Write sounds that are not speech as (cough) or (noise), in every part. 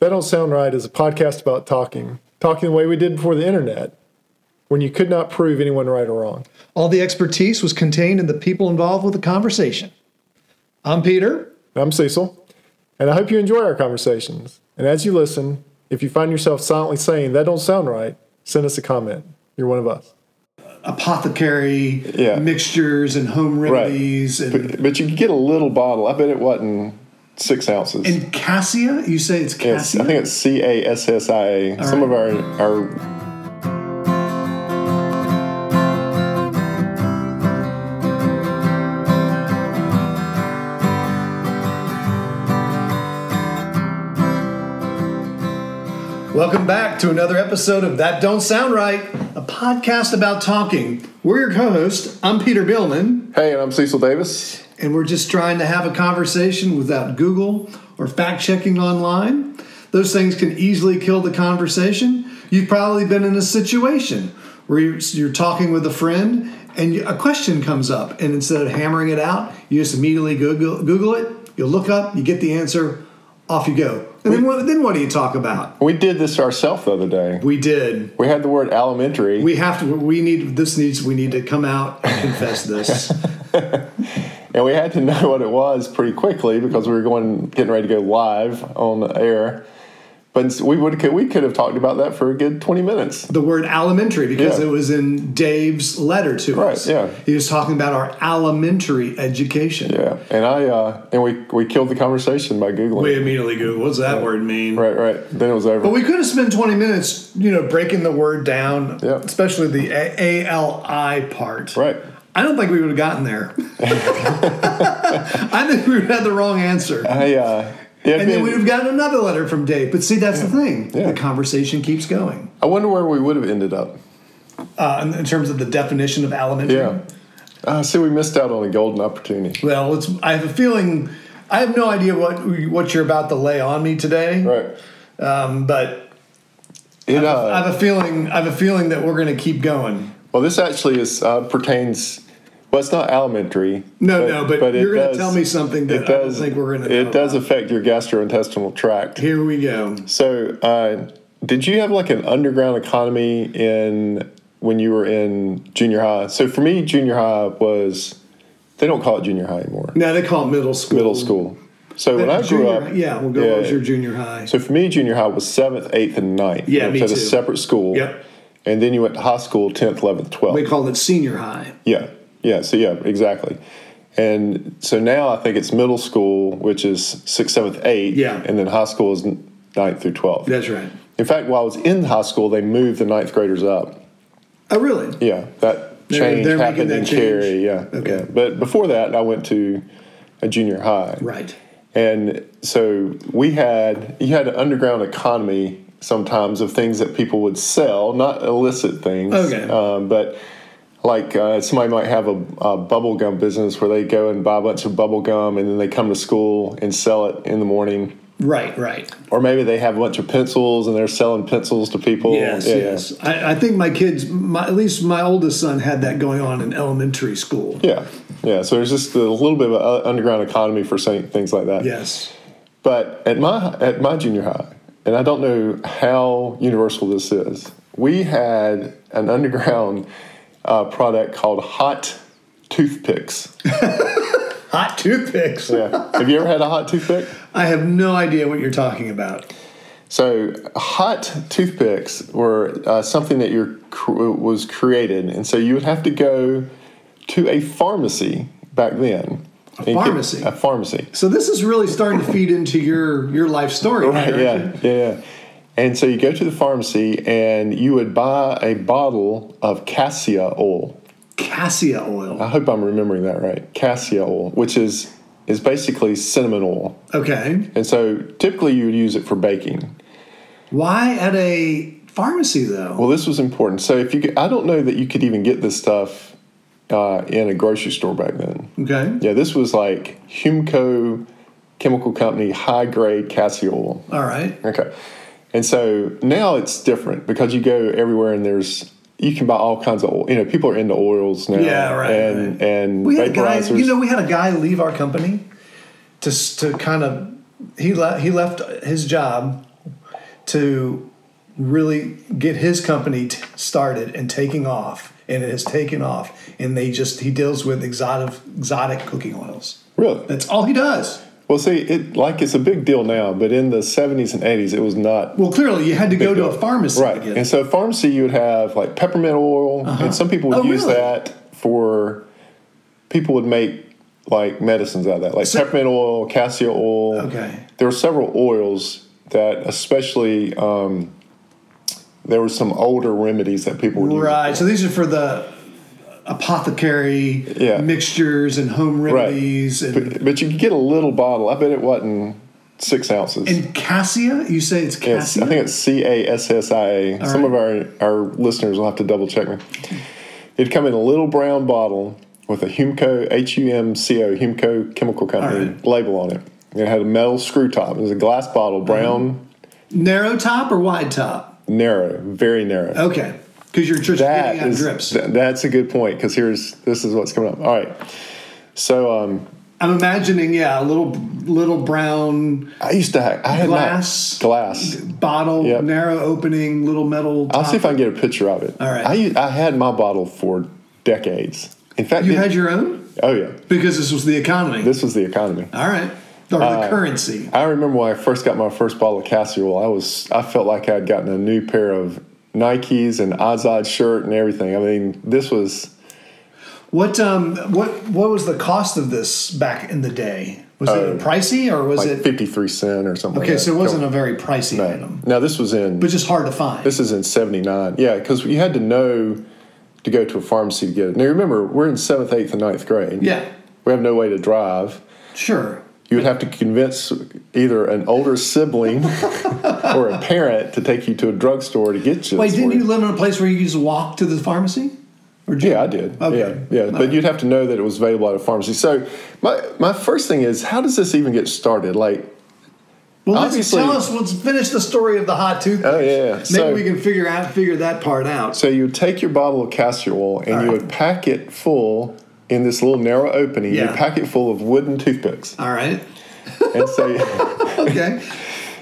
That Don't Sound Right is a podcast about talking, talking the way we did before the internet, when you could not prove anyone right or wrong. All the expertise was contained in the people involved with the conversation. I'm Peter. I'm Cecil, and I hope you enjoy our conversations. And as you listen, if you find yourself silently saying, That don't sound right, send us a comment. You're one of us. Apothecary Yeah. mixtures and home remedies and, But, but you can get a little bottle. I bet it wasn't six ounces. and cassia. You say it's It's- cassia. I think it's C A S S I A. Some of our our Welcome back to another episode of That Don't Sound Right, a podcast about talking. We're your co-host. I'm Peter Billman, hey, and I'm Cecil Davis. and we're just trying to have a conversation without Google or fact checking online. Those things can easily kill the conversation. You've probably been in a situation where you're, you're talking with a friend and you- a question comes up, and instead of hammering it out, you just immediately Google, Google it. You look up, you get the answer, off you go. And then, what, then what do you talk about? We did this ourselves the other day. We did. We had the word elementary. We have to. We need this. Needs we need to come out and confess this. And we had to know (laughs) what it was pretty quickly because we were going getting ready to go live on the air. But we would could, we could have talked about that for a good twenty minutes. the word alimentary because Yeah. it was in Dave's letter to Right, us. yeah. He was talking about our alimentary education. Yeah, and I uh, and we we killed the conversation by googling. We immediately go, "What's that word mean?" right, right. Then it was over. But we could have spent 20 minutes, you know, breaking the word down, Yeah. especially the A L I part. right. I don't think we would have gotten (laughs) there. I think we would have had the wrong answer. I uh, yeah, and then we would have gotten another letter from Dave. But see, that's the thing. Yeah. The conversation keeps going. I wonder where we would have ended up. Uh, in, in terms of the definition of alimentary. Yeah. Uh, see, we missed out on a golden opportunity. Well, it's, I have a feeling. I have no idea what what you're about to lay on me today, Right. um, but It, I uh, have a feeling. I have a feeling that we're going to keep going. well, this actually is uh, pertains. Well, it's not alimentary. No, no, but it you're gonna does- tell me something that I don't think we're gonna It know does about. affect your gastrointestinal tract. Here we go. So, uh, did you have like an underground economy in when you were in junior high? So for me, junior high was they don't call it junior high anymore. Now they call it middle school. Middle school. So when I grew Junior- up, yeah, we'll go. Yeah, what was yeah. your junior high? So for me, junior high was seventh, eighth, and ninth. Yeah, You me went to too. a separate school. Yep. And then you went to high school, tenth, eleventh, they twelfth. called it senior high. Yeah, yeah. So yeah, exactly. And so now I think it's middle school, which is sixth, seventh, eighth. Yeah. And then high school is n- ninth through twelfth. That's right. In fact, while I was in high school, they moved the ninth graders up. Oh, really? Yeah, that They're- change they're making happened that in change. Cary. Yeah, Okay. yeah. But before that, I went to a junior high. Right. And so we had you had an underground economy sometimes of things that people would sell, not illicit things. Okay. Um, but like uh, somebody might have a, a bubble gum business where they go and buy a bunch of bubble gum and then they come to school and sell it in the morning. Right. Right. Or maybe they have a bunch of pencils and they're selling pencils to people. Yes, Yeah, yeah. yes. I, I think my kids, my, at least my oldest son, had that going on in elementary school. Yeah. Yeah. So there's just a little bit of an underground economy for saying things like that. Yes. But at my at my junior high, and I don't know how universal this is, we had an underground uh, product called hot toothpicks. Hot toothpicks. Yeah. (laughs) Have you ever had a hot toothpick? I have no idea what you're talking about. So hot toothpicks were uh, something that your cr- was created, and so you would have to go to a pharmacy back then. and get- pharmacy? A pharmacy. So this is really starting to feed into your your life story. Right, Peter. yeah, yeah, yeah. And so you go to the pharmacy and you would buy a bottle of cassia oil. Cassia oil. I hope I'm remembering that right. Cassia oil, which is is basically cinnamon oil. Okay. And so typically you would use it for baking. Why at a pharmacy though? Well, this was important. So if you could, I don't know that you could even get this stuff uh, in a grocery store back then. Okay. Yeah, this was like Humco Chemical Company high grade cassia oil. All right. Okay. And so now it's different because you go everywhere and there's you can buy all kinds of oil. You know, people are into oils now. Yeah, right, And and We had a guy. vaporizers. You know, we had a guy leave our company to s- to kind of he left he left his job to really get his company t- started and taking off, and it has taken off. And they just he deals with exotic exotic cooking oils. Really? That's all he does. Well, see, it like it's a big deal now, but in the 70s and 80s, it was not Well, clearly you had to go to a pharmacy Right. to get And it. so pharmacy you would have like peppermint oil and some people would Oh, use really? that for people would make like medicines out of that. Like peppermint oil, cassia oil. Okay. There were several oils that especially um, there were some older remedies that people would Right. So these are for the apothecary Yeah. mixtures and home remedies use. and But, but you could get a little bottle. I bet it wasn't six ounces. and cassia. You say it's Yes, cassia. I think it's C A S S I A. Some of our, our listeners will have to double check me. It'd come in a little brown bottle with a Humco, H U M C O, Humco Chemical Company All right. label on it. And It had a metal screw top. It was a glass bottle, Uh-huh. brown, narrow top or wide top. narrow, very narrow. Okay, because you're just That getting out is- drips. th- that's a good point because here's this is what's coming up. All right. So um, I'm imagining, yeah, a little little brown I used to ha I had not- Glass. glass. bottle, Yep. narrow opening, little metal. I'll top. see if I can get a picture of it. All right. I, u- I had my bottle for decades. In fact, you it- had your own oh yeah. because this was the economy. This Uh, was the economy. All right, or the currency. I remember when I first got my first bottle of cassia oil. I was I felt like I'd gotten a new pair of Nikes and Azad shirt and everything. I mean, this was What um what what was the cost of this back in the day? Was it pricey or was Uh, like it fifty three cent or something. Okay, like so that. it wasn't a very pricey item, Now this was in but just hard to find. this is in seventy nine. Yeah, because you had to know to go to a pharmacy to get it. Now remember, we're in seventh, eighth, and ninth grade. yeah, we have no way to drive. sure. You would have to convince either an older (laughs) sibling or a parent to take you to a drugstore to get you. Wait, this didn't for you live in a place where you could just walk to the pharmacy? Or did Yeah, you- I did. Okay. Yeah, yeah. But you'd have to know that it was available at a pharmacy. So my my first thing is, how does this even get started? Like, Well, let's obviously- tell us. Let's finish the story of the hot toothpaste. Oh, yeah, yeah. Maybe So- we can figure out figure that part out. so you would take your bottle of castor oil and you would pack it full in this little narrow opening. You Yeah. pack it full of wooden toothpicks, All right. and (laughs) so Okay.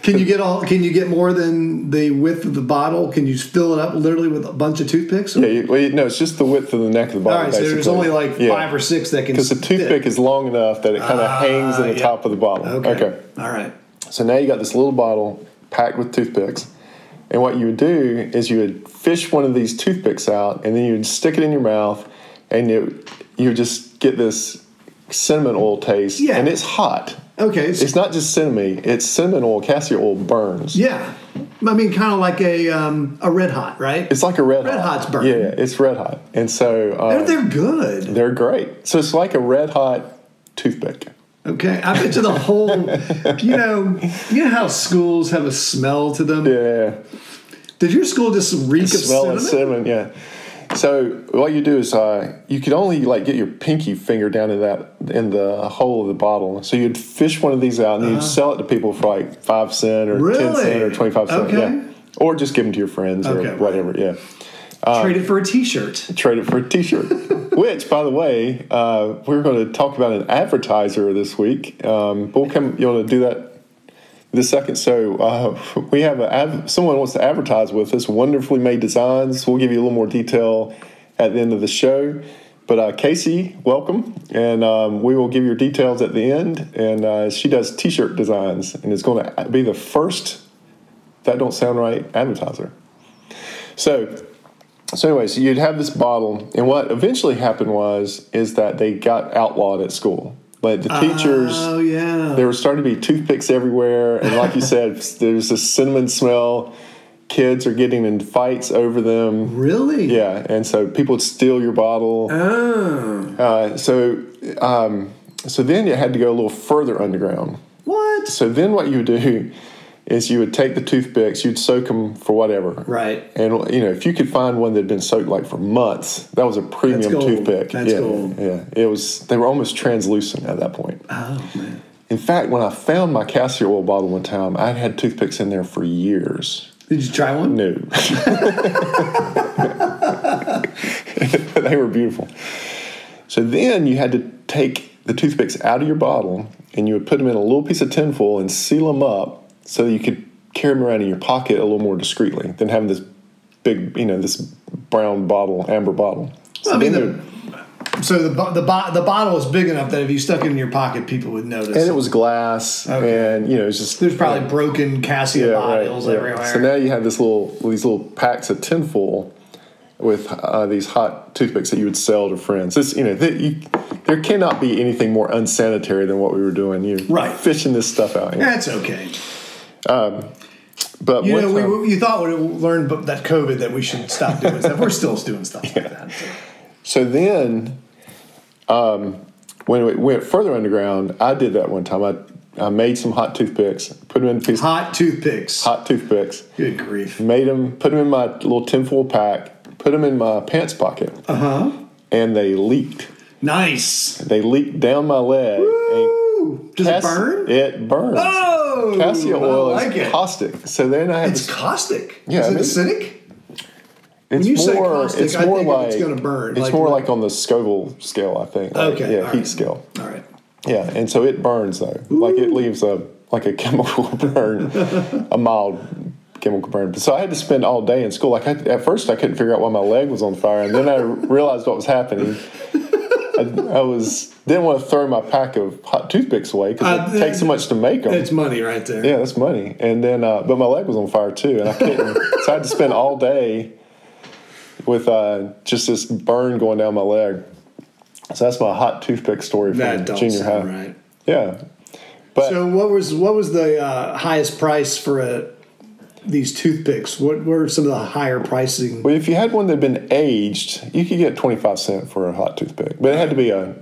Can you get all? Can you get more than the width of the bottle? Can you fill it up literally with a bunch of toothpicks? yeah, you, well, you- no, it's just the width of the neck of the bottle. all right. So there's basically. only like Yeah. five or six that can. Because the fit. toothpick is long enough that it kind of hangs in the yeah. top of the bottle. Okay. okay. All right. So now you got this little bottle packed with toothpicks. And what you would do is you would fish one of these toothpicks out and then you would stick it in your mouth and you you would just get this cinnamon oil taste. Yeah. And it's hot. Okay. so- It's not just cinnamon, it's cinnamon oil, cassia oil burns. Yeah, I mean, kind of like a um, a red hot, right? It's like a red, Red hot. Hot's burn. Yeah, it's red hot. And so They're- uh, they're good. they're great. So it's like a red hot toothpick. Okay, I bet you the (laughs) whole, you know, you know how schools have a smell to them. Yeah. Did your school just reek of smell cinnamon? of cinnamon. Yeah. So what you do is uh, you could only like get your pinky finger down in that in the hole of the bottle. So you'd fish one of these out and you'd sell it to people for like five cent or ten cent or Uh-huh. Really? twenty five cent. Okay. Yeah. Or just give them to your friends Okay, or right. whatever. Yeah. Trade it for a T-shirt. Trade it for (laughs) a T-shirt. Which, by the way, uh, we're going to talk about an advertiser this week. Um, but we'll come. You want to do that this second? So uh, we have a ad, someone wants to advertise with us. Wonderfully made designs. We'll give you a little more detail at the end of the show. But uh, Casey, welcome, and um, we will give your details at the end. And uh, she does T-shirt designs, and is going to be the first. That don't sound right. Advertiser. So so, anyways, you'd have this bottle, and what eventually happened was is that they got outlawed at school. Like the teachers, Oh yeah. there were starting to be toothpicks everywhere, and like you said, (laughs) there's this cinnamon smell. Kids are getting in fights over them. Really? Yeah, and so people would steal your bottle. Oh. Uh, so, um, so then it had to go a little further underground. What? So then what you would do (laughs) is you would take the toothpicks, you'd soak them for whatever. Right. And you know, if you could find one that had been soaked like for months, that was a premium That's gold. toothpick. That's yeah, gold. Yeah, it was. They were almost translucent at that point. Oh man. In fact, when I found my castor oil bottle one time, I had toothpicks in there for years. Did you try one? No, (laughs) they were beautiful. So then you had to take the toothpicks out of your bottle, and you would put them in a little piece of tin foil and seal them up so that you could carry them around in your pocket a little more discreetly than having this big, you know, this brown bottle, amber bottle. So I mean, then the- they're- So the bo- the, bo- the bottle is big enough that if you stuck it in your pocket, people would notice. and it was glass, Okay. and you know, it's just There's probably broken Cassia bottles yeah. everywhere. So now you have this little these little packs of tinfoil with uh, these hot toothpicks that you would sell to friends. This you know th you, there cannot be anything more unsanitary than what we were doing. You're Right. fishing this stuff out. Yeah. That's okay. But You one know, time- we, you thought we learned but that COVID that we should stop doing stuff. We're still doing stuff like that. So then, um, when we went further underground, I did that one time. I, I made some hot toothpicks, put them in a piece of Hot toothpicks. hot toothpicks, Good grief. made them, put them in my little tinfoil pack, put them in my pants pocket, Uh huh. and they leaked. Nice. They leaked down my leg. and Ooh, does Cass- it burn? It burns. Oh, Cassia I oil like is it. caustic. So then I had It's this- caustic. Yeah, Is I it mean- acidic? It's you say more, caustic, it's I more think of like it's gonna burn, It's like more what- like on the Scoville scale, I think. Like, Okay, yeah, all heat right. scale. All right. Yeah, and so it burns though. Like it leaves a like a chemical (laughs) burn, a mild chemical burn. So I had to spend all day in school. Like I, at first, I couldn't figure out why my leg was on fire, and then I realized what was happening. I, I was didn't want to throw my pack of hot toothpicks away Uh, because it th- takes so much to make them. That's money right there. yeah, that's money. And then, uh, but my leg was on fire too, and I couldn't. so I had to spend all day with uh, just this burn going down my leg. So that's my hot toothpick story from That don't junior high. sound right. Yeah. But So what was what was the uh, highest price for a, these toothpicks? What were some of the higher pricing? well, if you had one that had been aged, you could get 25 cent for a hot toothpick. But it had to be a,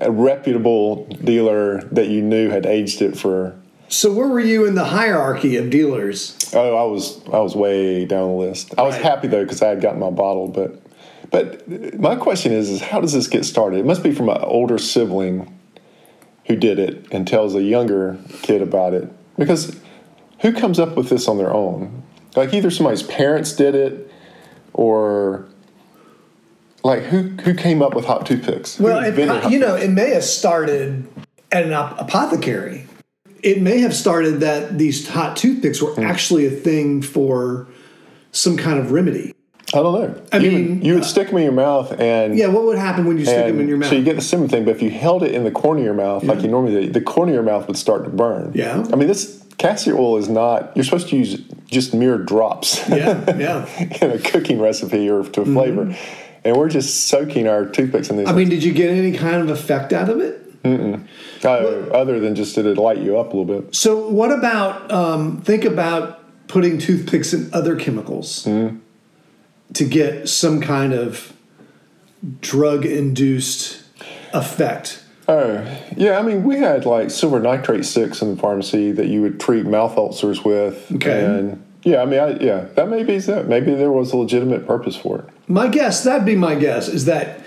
a reputable dealer that you knew had aged it for So where were you in the hierarchy of dealers? Oh, I was I was way down the list. I was Right. happy though cuz I had gotten my bottle, but but my question is is how does this get started? It must be from an older sibling who did it and tells a younger kid about it. Because who comes up with this on their own? Like either somebody's parents did it or like who who came up with hot toothpicks? Who Well, it, uh, invented hot you know, it may have started at an ap- apothecary. It may have started that these hot toothpicks were Hmm. actually a thing for some kind of remedy. I don't know. I you, mean, uh, would, you would stick them in your mouth and Yeah, what would happen when you stick them And in your mouth? So you get the similar thing, but if you held it in the corner of your mouth like you normally do, the corner of your mouth would start to burn. Yeah. I mean, this castor oil is not, you're supposed to use just mere drops (laughs) yeah, yeah. in a cooking recipe or to a flavor. And we're just soaking our toothpicks in these. I mean, did you get any kind of effect out of it? uh, other than just did it light you up a little bit. So, what about um, think about putting toothpicks in other chemicals Hmm. to get some kind of drug induced effect? Oh, yeah. I mean, we had like silver nitrate six in the pharmacy that you would treat mouth ulcers with. Okay. And yeah, I mean, I, yeah, that may be so. Maybe there was a legitimate purpose for it. My guess, that'd be my guess, is that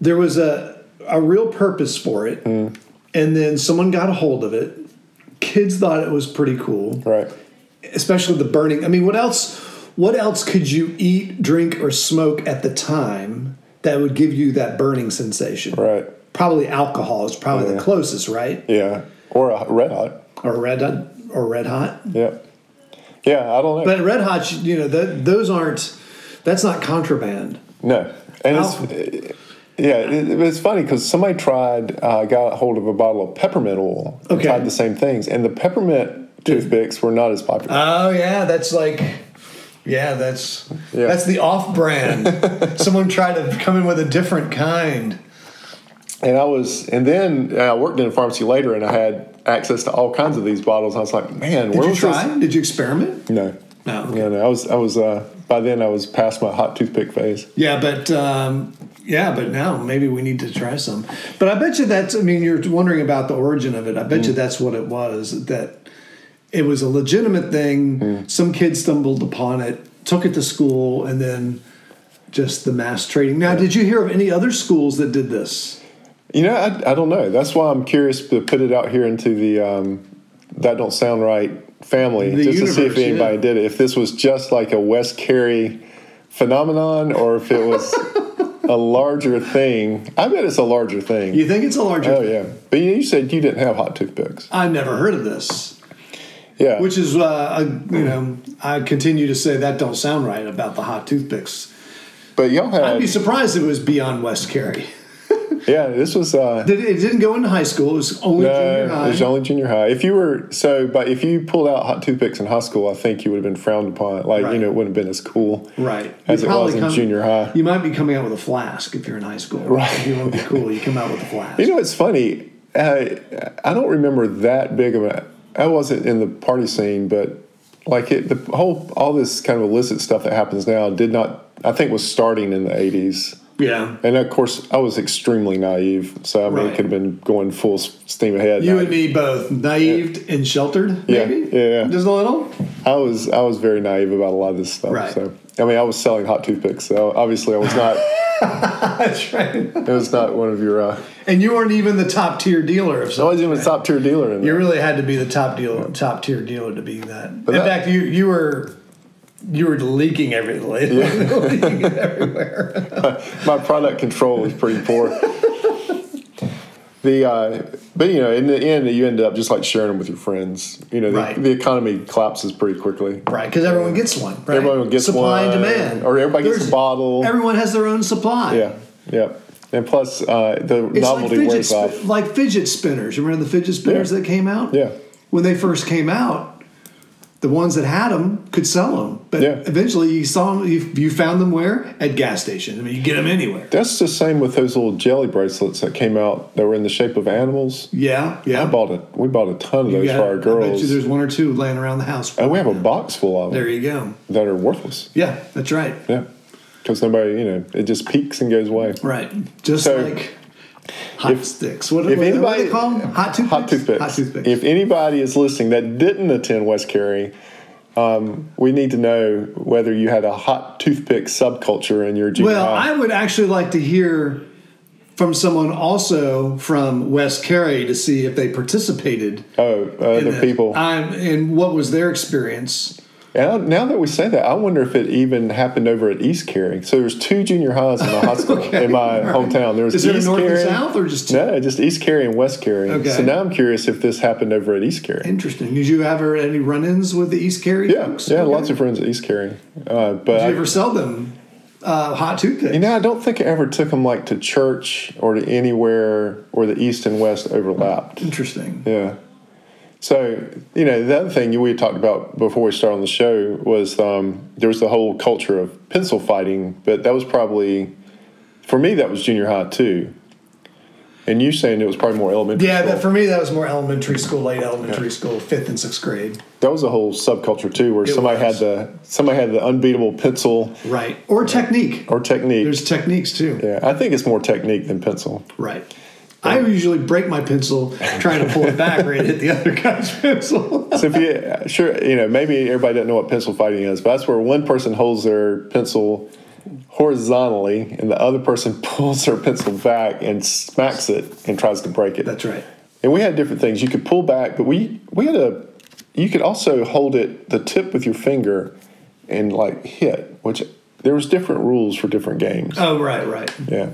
there was a, a real purpose for it, and then someone got a hold of it. Kids thought it was pretty cool, Right. especially the burning. I mean, what else? What else could you eat, drink, or smoke at the time that would give you that burning sensation? Right. probably alcohol is probably the closest, right? Yeah. Or a red hot. Or red hot, or red hot. Yeah. Yeah, I don't know. But red hot, you know, that those aren't. That's not contraband. no. And it's, eh, yeah, it, it's funny because somebody tried, uh, got a hold of a bottle of peppermint oil and Okay. tried the same things. And the peppermint toothpicks were not as popular. Oh yeah, that's like. Yeah, that's Yeah. that's the (laughs) off-brand. Someone tried to come in with a different kind. and I was, and then uh, I worked in a pharmacy later and I had access to all kinds of these bottles. And I was like, man, Did where you was try? this? Did you experiment? No. No, okay. No, no. I was, I was, uh, by then I was past my hot toothpick phase. Yeah, but um, yeah, but now maybe we need to try some. But I bet you that's. I mean, you're wondering about the origin of it. I bet you that's what it was. That it was a legitimate thing. Some kid stumbled upon it, took it to school, and then just the mass trading. Now, did you hear of any other schools that did this? You know, I, I don't know. That's why I'm curious to put it out here into the um, that don't sound right family The just to see if universe, anybody yeah. did it. If this was just like a West Carey phenomenon, or if it was a larger thing. I bet it's a larger thing. You think it's a larger? Oh yeah, but you, you said you didn't have hot toothpicks. I've never heard of this. Yeah. Which is, uh, I, you know, I continue to say that don't sound right about the hot toothpicks. But y'all I'd had, be surprised if it was beyond West Carey. yeah, this was, uh, Did- It didn't go into high school. It was only junior no, high. it was only junior high. If you were, so, but if you pulled out hot toothpicks in high school, I think you would have been frowned upon. Like, Right. you know, it wouldn't have been as cool. right. As You it was probably in come- junior high. You might be coming out with a flask if you're in high school. Right. If you want to be cool, you come out with a flask. You know, it's funny. I, I don't remember that big of a. I wasn't in the party scene, but like it, the whole all this kind of illicit stuff that happens now did not. I think was starting in the '80s, yeah. and of course, I was extremely naive. So I mean, Right. it could have been going full s- steam ahead. You I, and me both, naived and sheltered, Yeah, maybe? yeah, yeah. Just a little? (laughs) I was I was very naive about a lot of this stuff. Right. So I mean, I was selling hot toothpicks, so obviously I was not. (laughs) That's right. it was not one of your. Uh, And you weren't even the top tier dealer of I something. wasn't even a top tier dealer in there. You really had to be the top deal, top tier dealer to be that. But in that- fact, you you were you were leaking (laughs) everything, leaking everywhere. my product control was pretty poor. the uh, but you know in the end you end up just like sharing them with your friends. You know the, Right. the economy collapses pretty quickly. (laughs) Right, because everyone gets one. Right? Everyone gets supply one, and demand, or everybody gets a There's- bottle. Everyone has their own supply. Yeah, yeah. And plus uh, the it's like novelty fidget, wears spin- off. like fidget spinners. Remember the fidget spinners Yeah. that came out? Yeah. When they first came out, the ones that had them could sell them, but Yeah. eventually you saw them. You, you found them where at gas stations. I mean, you get them anywhere. That's the same with those little jelly bracelets that came out that were in the shape of animals. Yeah, yeah. I bought a we bought a ton of You those got- for our I bet girls. you there's one or two laying around the house. and we have a box full of them There you go. that are worthless. Yeah, that's right. Yeah, because nobody you know it just peaks and goes away. Right. Just So, like hot if- sticks. What, what, if what are anybody they called? Hot toothpicks? hot toothpicks. Hot toothpicks. If anybody is listening that didn't attend West Carey, um, we need to know whether you had a hot toothpick subculture in your junior Well, high. I would actually like to hear from someone also from West Carey to see if they participated. oh, in other that. people. I'm, and what was their experience? and I- now that we say that, I wonder if it even happened over at East Carey. So there's two junior highs in my high school (laughs) Okay, in my all right. hometown. There was Is there a East north and Carey, south or just two? no, just East Carey and West Carey. Okay. So now I'm curious if this happened over at East Carey. Interesting. Did you ever any run-ins with the East Carey Yeah, folks? yeah, Okay. lots of friends at East Carey. Uh, but Did I- you ever sell them uh, hot toothpicks? You know, I don't think I ever took them like to church or to anywhere where the East and West overlapped. Interesting. Yeah. So, you know, the other thing we talked about before we started on the show was um, there was the whole culture of pencil fighting, but that was probably, for me, that was junior high too. And you saying it was probably more elementary. Yeah, school. that for me that was more elementary school, late elementary school, fifth and sixth grade. that was a whole subculture too, where somebody was. had the somebody had the unbeatable pencil Right. Or technique. or technique. There's techniques too. yeah, I think it's more technique than pencil. Right. I usually break my pencil trying to pull it back or it hit the other guy's pencil. so if you sure you know maybe everybody doesn't know what pencil fighting is but that's where one person holds their pencil horizontally and the other person (laughs) pulls their pencil back and smacks it and tries to break it That's right. and we had different things you could pull back but we we had a you could also hold it the tip with your finger and like hit which there was different rules for different games Oh, right, right. yeah.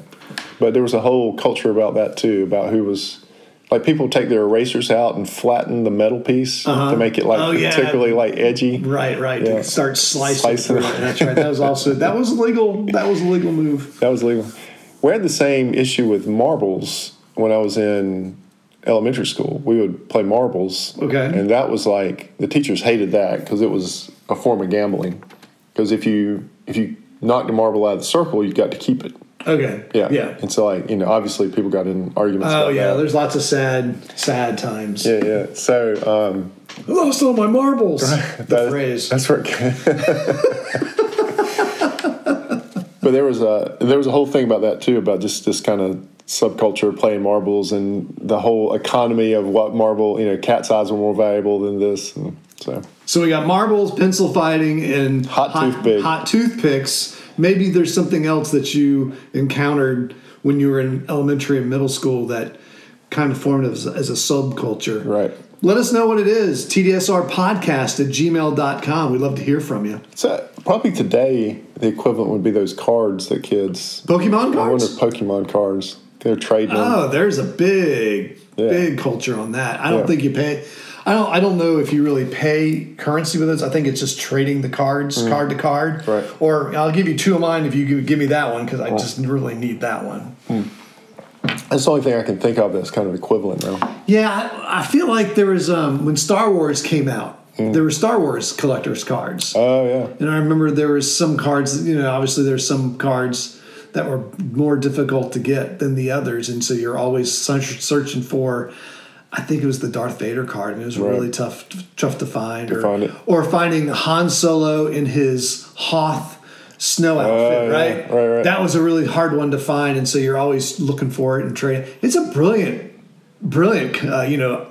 But there was a whole culture about that too, about who was like people take their erasers out and flatten the metal piece to make it like Oh, yeah. particularly like edgy. Right, right. Yeah. Start slicing. Slicing. through it. That's right. That was also that was legal. That was a legal move. That was legal. We had the same issue with marbles when I was in elementary school. We would play marbles. Okay. And that was like the teachers hated that because it was a form of gambling. Because if you if you knocked a marble out of the circle, you got to keep it. Okay. Yeah. Yeah. And so like, you know, obviously people got in arguments. Oh about yeah. that. There's lots of sad, sad times. Yeah, yeah. So um I lost all my marbles. The (laughs) That- phrase. That's where it came. (laughs) but there was a there was a whole thing about that too, about just this kind of subculture of playing marbles and the whole economy of what marble, you know, cat's eyes were more valuable than this. And so So we got marbles, pencil fighting, and Hot toothpick. hot toothpicks. Maybe there's something else that you encountered when you were in elementary and middle school that kind of formed as, as a subculture. right. Let us know what it is. TDSR podcast at gmail.com. We'd love to hear from you. So probably today the equivalent would be those cards that kids Pokemon I wonder cards? if Pokemon cards. They're trading them. Oh, there's a big, Um, Yeah. big culture on that. I don't Yeah. think you pay. I don't I don't know if you really pay currency with those. I think it's just trading the cards card to card. Mm. Right. Or I'll give you two of mine if you give, give me that one because I just really need that one. That's the only thing I can think of that's kind of equivalent now. Yeah, I, I feel like there was um, when Star Wars came out, Mm. there were Star Wars collectors cards. Oh yeah. And I remember there was some cards, you know, obviously there's some cards that were more difficult to get than the others. And so you're always search- searching for, I think it was the Darth Vader card, and it was really tough, tough to find. or, find it. or finding Han Solo in his Hoth snow outfit, Oh, yeah, right? right, right. That was a really hard one to find. And so you're always looking for it and trading. It's a brilliant, brilliant, uh, you know,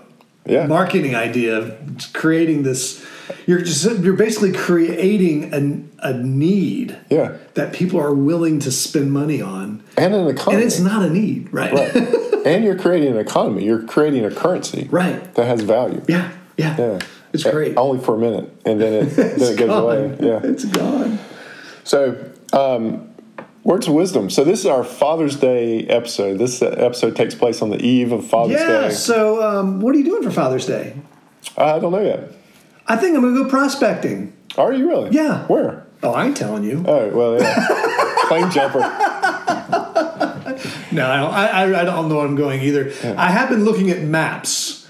Yeah. marketing idea of creating this you're just you're basically creating an, a need Yeah. that people are willing to spend money on And an economy. and it's not a need right (laughs) right, and you're creating an economy. You're creating a currency that has value. yeah yeah Yeah. it's Uh, great Only for a minute, and (laughs) then it then it goes away. Yeah. it's gone So, um, words of wisdom. So this is our Father's Day episode. This episode takes place on the eve of Father's yeah Day. so um, what are you doing for father's day I don't know yet. i think i'm gonna go prospecting Are you really? Yeah. Where? oh i ain't telling you Oh well, yeah. (laughs) Plane jumper. no i don't I, I, I don't know where i'm going either i have been looking at maps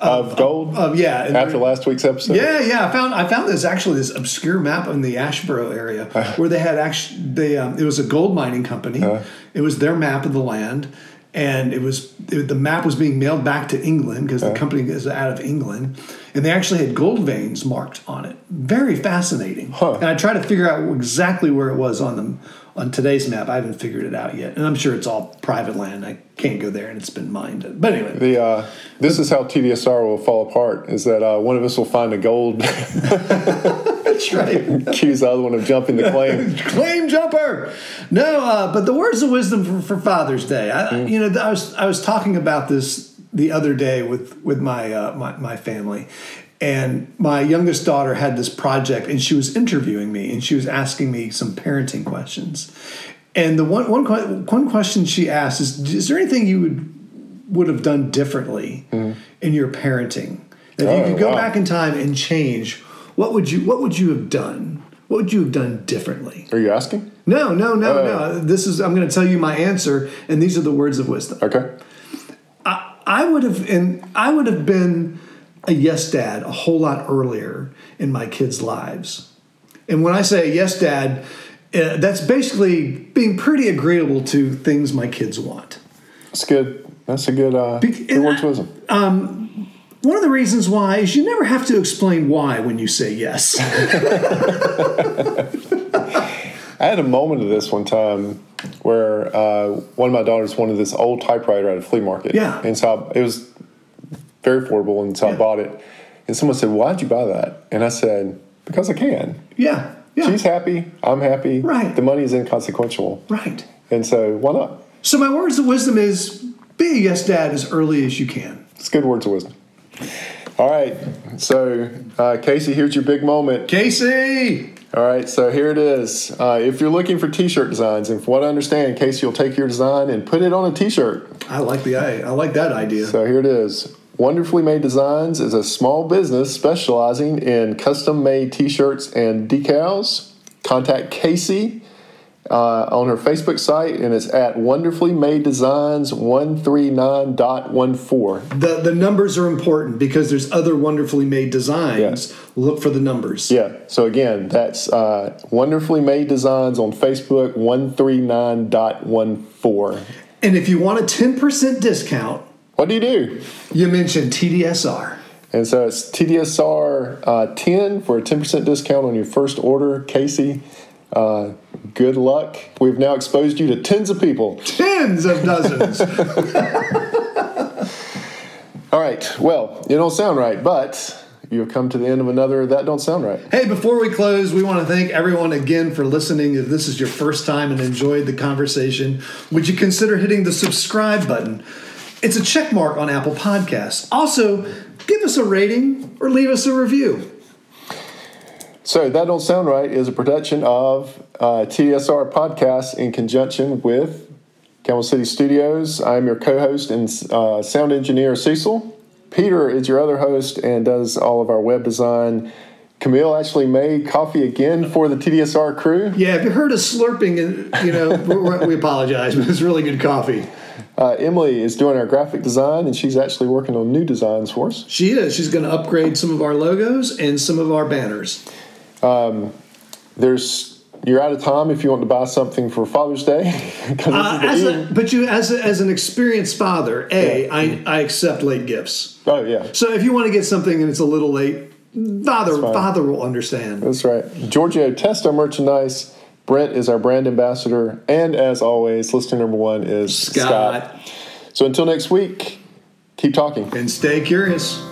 Of gold. of yeah and after last week's episode. Yeah, yeah. I found I found this actually this obscure map in the Ashboro area where they had actually they um, it was a gold mining company. It was their map of the land, and it was it, the map was being mailed back to England because the company is out of England, and they actually had gold veins marked on it. Very fascinating. Huh. And I tried to figure out exactly where it was on them on today's map. I haven't figured it out yet, and I'm sure it's all private land. I can't go there, and it's been mined. But anyway, The uh, this is how TDSR will fall apart. Is that uh, one of us will find a gold, (laughs) that's (laughs) right. accuse the other one of jumping (laughs) the claim. claim jumper. No, uh, but the words of wisdom for, for Father's Day. I, Mm. You know, I was I was talking about this the other day with with my uh, my, my family, and my youngest daughter had this project, and she was interviewing me, and she was asking me some parenting questions, and the one one que- one question she asked is, is there anything you would would have done differently in your parenting? If you Mm. Oh, could go wow. back in time and change, what would you what would you have done? What would you have done differently? Are you asking? No, no, no, Oh. no. This is I'm going to tell you my answer, and these are the words of wisdom. Okay. I would have and I would have been a yes dad a whole lot earlier in my kids' lives. And when I say yes dad, uh, that's basically being pretty agreeable to things my kids want. That's good. That's a good. Uh, Bec- good words of wisdom. One of the reasons why is you never have to explain why when you say yes. I had a moment of this one time where uh, one of my daughters wanted this old typewriter at a flea market. Yeah. And so I, it was very affordable, and so I bought it. And someone said, "Why'd you buy that?" And I said, "Because I can." yeah, yeah, She's happy. I'm happy. Right. The money is inconsequential, right. and so why not? So my words of wisdom is be a yes dad as early as you can. It's good words of wisdom. All right. So, uh, Casey, here's your big moment. Casey, All right. So, here it is. Uh, if you're looking for t shirt designs, and from what I understand, Casey will take your design and put it on a t shirt. I like the I, I like that idea. So, here it is. Wonderfully Made Designs is a small business specializing in custom made t shirts and decals. Contact Casey uh, on her Facebook site, and it's at Wonderfully Made Designs 139.14. the the numbers are important because there's other wonderfully made designs. Look for the numbers. Yeah. So again, that's uh, wonderfully made designs on Facebook one three nine dot one four. And if you want a 10% discount, What do you do? you mention TDSR. And so it's TDSR uh, ten for a ten percent discount on your first order, Casey. Uh, good luck. We've now exposed you to tens of people. Tens of dozens. All right. Well, you don't sound right, but you have come to the end of another that don't sound right. Hey, before we close, we want to thank everyone again for listening. If this is your first time and enjoyed the conversation, would you consider hitting the subscribe button? It's a check mark on Apple Podcasts. Also, give us a rating or leave us a review. So that don't sound right is a production of uh, TDSR podcast in conjunction with Campbell City Studios. I'm your co-host and uh, sound engineer Cecil, Peter is your other host and does all of our web design. Camille actually made coffee again for the TDSR crew. Yeah, if you heard us slurping, and you know (laughs) we're- we apologize, but it's really good coffee. Uh, Emily is doing our graphic design, and she's actually working on new designs for us. She is. She's going to upgrade some of our logos and some of our banners. There's you're out of time if you want to buy something for Father's Day. (laughs) 'Cause this is Uh, the as a, eve. but you, as a, as an experienced father, a Yeah. I I accept late gifts. oh yeah, So if you want to get something and it's a little late, father fine. father will understand. that's right. Giorgio tests our merchandise. Brent is our brand ambassador, and as always, listener number one is Scott. Scott, So until next week, keep talking. and stay curious.